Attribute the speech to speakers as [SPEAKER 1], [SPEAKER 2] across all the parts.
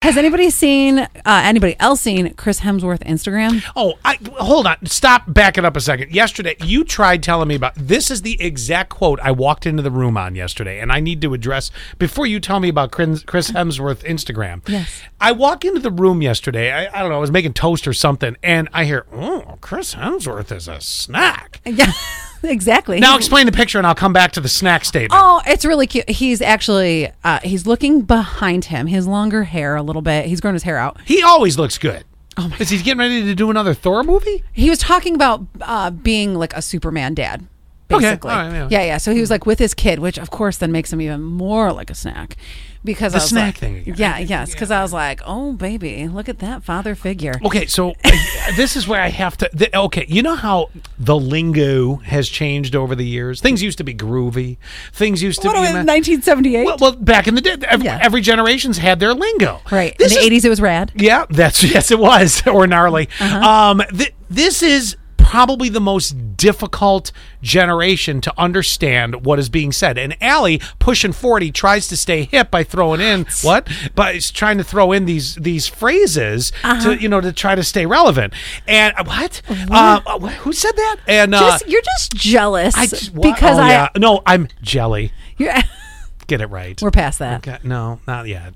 [SPEAKER 1] Has anybody seen uh, anybody else seen Chris Hemsworth Instagram?
[SPEAKER 2] Oh, I hold on. Stop. Back it up a second. Yesterday, you tried telling me about this is the exact quote I walked into the room on yesterday, and I need to address before you tell me about Chris Chris Hemsworth Instagram.
[SPEAKER 1] Yes.
[SPEAKER 2] I walk into the room yesterday. I, I don't know. I was making toast or something, and I hear, "Oh, Chris Hemsworth is a snack."
[SPEAKER 1] Yeah, exactly.
[SPEAKER 2] Now explain the picture, and I'll come back to the snack statement.
[SPEAKER 1] Oh, it's really cute. He's actually uh, he's looking behind him. His longer hair a little bit. He's grown his hair out.
[SPEAKER 2] He always looks good. Oh my is he getting ready to do another Thor movie?
[SPEAKER 1] He was talking about uh, being like a Superman dad.
[SPEAKER 2] Okay.
[SPEAKER 1] Basically.
[SPEAKER 2] All right, yeah.
[SPEAKER 1] yeah, So he was like with his kid, which of course then makes him even more like a snack. Because the I was
[SPEAKER 2] snack
[SPEAKER 1] like-
[SPEAKER 2] thing again.
[SPEAKER 1] Yeah, yes. Because I was like, oh baby, look at that father figure.
[SPEAKER 2] Okay, so uh, this is where I have to. Th- okay, you know how the lingo has changed over the years. Things used to be groovy. Things used to
[SPEAKER 1] What
[SPEAKER 2] be
[SPEAKER 1] was
[SPEAKER 2] ma-
[SPEAKER 1] it, 1978?
[SPEAKER 2] Well, well, back in the day, every,
[SPEAKER 1] Yeah.
[SPEAKER 2] every generation's had their lingo.
[SPEAKER 1] right.
[SPEAKER 2] This
[SPEAKER 1] In
[SPEAKER 2] is-
[SPEAKER 1] the 80s, it was rad.
[SPEAKER 2] Yeah, that's yes, it was or gnarly.
[SPEAKER 1] Uh-huh.
[SPEAKER 2] Um, th- this is probably the most difficult generation to understand what is being said. And Allie, pushing forty, tries to stay hip by throwing in what, but is trying to throw in these these phrases
[SPEAKER 1] Uh-huh.
[SPEAKER 2] to you know to try to stay relevant. And uh, what? Uh, uh, wh- who said that? And uh,
[SPEAKER 1] Just, you're just jealous
[SPEAKER 2] I just- what?
[SPEAKER 1] because
[SPEAKER 2] Oh,
[SPEAKER 1] I.
[SPEAKER 2] yeah. no, I'm jelly.
[SPEAKER 1] You're,
[SPEAKER 2] Get it right.
[SPEAKER 1] we're past that.
[SPEAKER 2] Okay, no, not yet.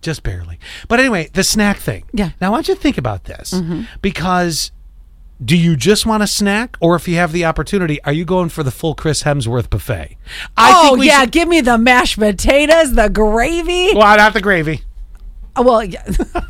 [SPEAKER 2] Just barely. But anyway, the snack thing.
[SPEAKER 1] Yeah. Mm-hmm.
[SPEAKER 2] Now, I want you to think about this because do you just want a snack or if you have the opportunity, are you going for the full Chris Hemsworth buffet? I
[SPEAKER 1] oh yeah,
[SPEAKER 2] should-
[SPEAKER 1] give me the mashed potatoes, the gravy.
[SPEAKER 2] well, not the gravy.
[SPEAKER 1] Uh, Well, yeah,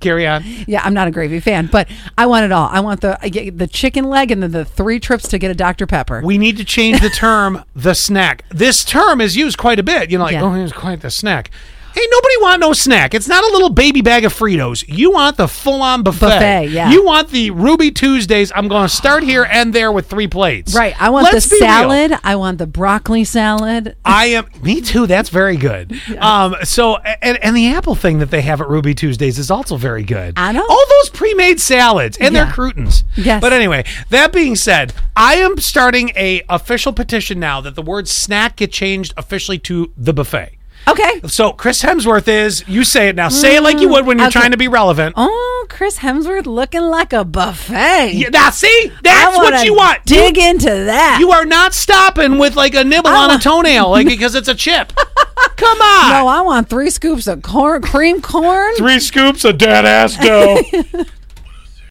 [SPEAKER 2] Carry on.
[SPEAKER 1] yeah, I'm not a gravy fan, but I want it all. I want the I get the chicken leg and then the three trips to get a Dr Pepper.
[SPEAKER 2] We need to change the term the snack. This term is used quite a bit. You know, like,
[SPEAKER 1] Yeah.
[SPEAKER 2] oh, here's quite the snack. Hey, nobody want no snack. It's not a little baby bag of Fritos. You want the full on buffet.
[SPEAKER 1] Buffet, yeah.
[SPEAKER 2] You want the Ruby Tuesdays. I'm going to start here and there with three plates.
[SPEAKER 1] right. I want
[SPEAKER 2] Let's
[SPEAKER 1] the
[SPEAKER 2] be real.
[SPEAKER 1] salad. I want the broccoli salad.
[SPEAKER 2] I am. Me too. That's very good. Um. So and and the apple thing that they have at Ruby Tuesdays is also very good.
[SPEAKER 1] I know.
[SPEAKER 2] all those pre-made salads and
[SPEAKER 1] Yeah.
[SPEAKER 2] their croutons.
[SPEAKER 1] Yes.
[SPEAKER 2] But anyway, that being said, I am starting a official petition now that the word snack get changed officially to the buffet.
[SPEAKER 1] Okay.
[SPEAKER 2] So Chris Hemsworth is. You say it now. Say it like you would when you're
[SPEAKER 1] Mm, okay.
[SPEAKER 2] trying to be relevant.
[SPEAKER 1] Oh, Chris Hemsworth looking like a buffet.
[SPEAKER 2] Yeah, now see,
[SPEAKER 1] I
[SPEAKER 2] that's
[SPEAKER 1] wanna
[SPEAKER 2] what you want.
[SPEAKER 1] Dig into that.
[SPEAKER 2] You are not stopping with like a nibble on a
[SPEAKER 1] want-
[SPEAKER 2] toenail, like because it's a chip. Come on.
[SPEAKER 1] Oh, no, I want three scoops of corn, cream corn.
[SPEAKER 2] Three scoops of dead ass dough.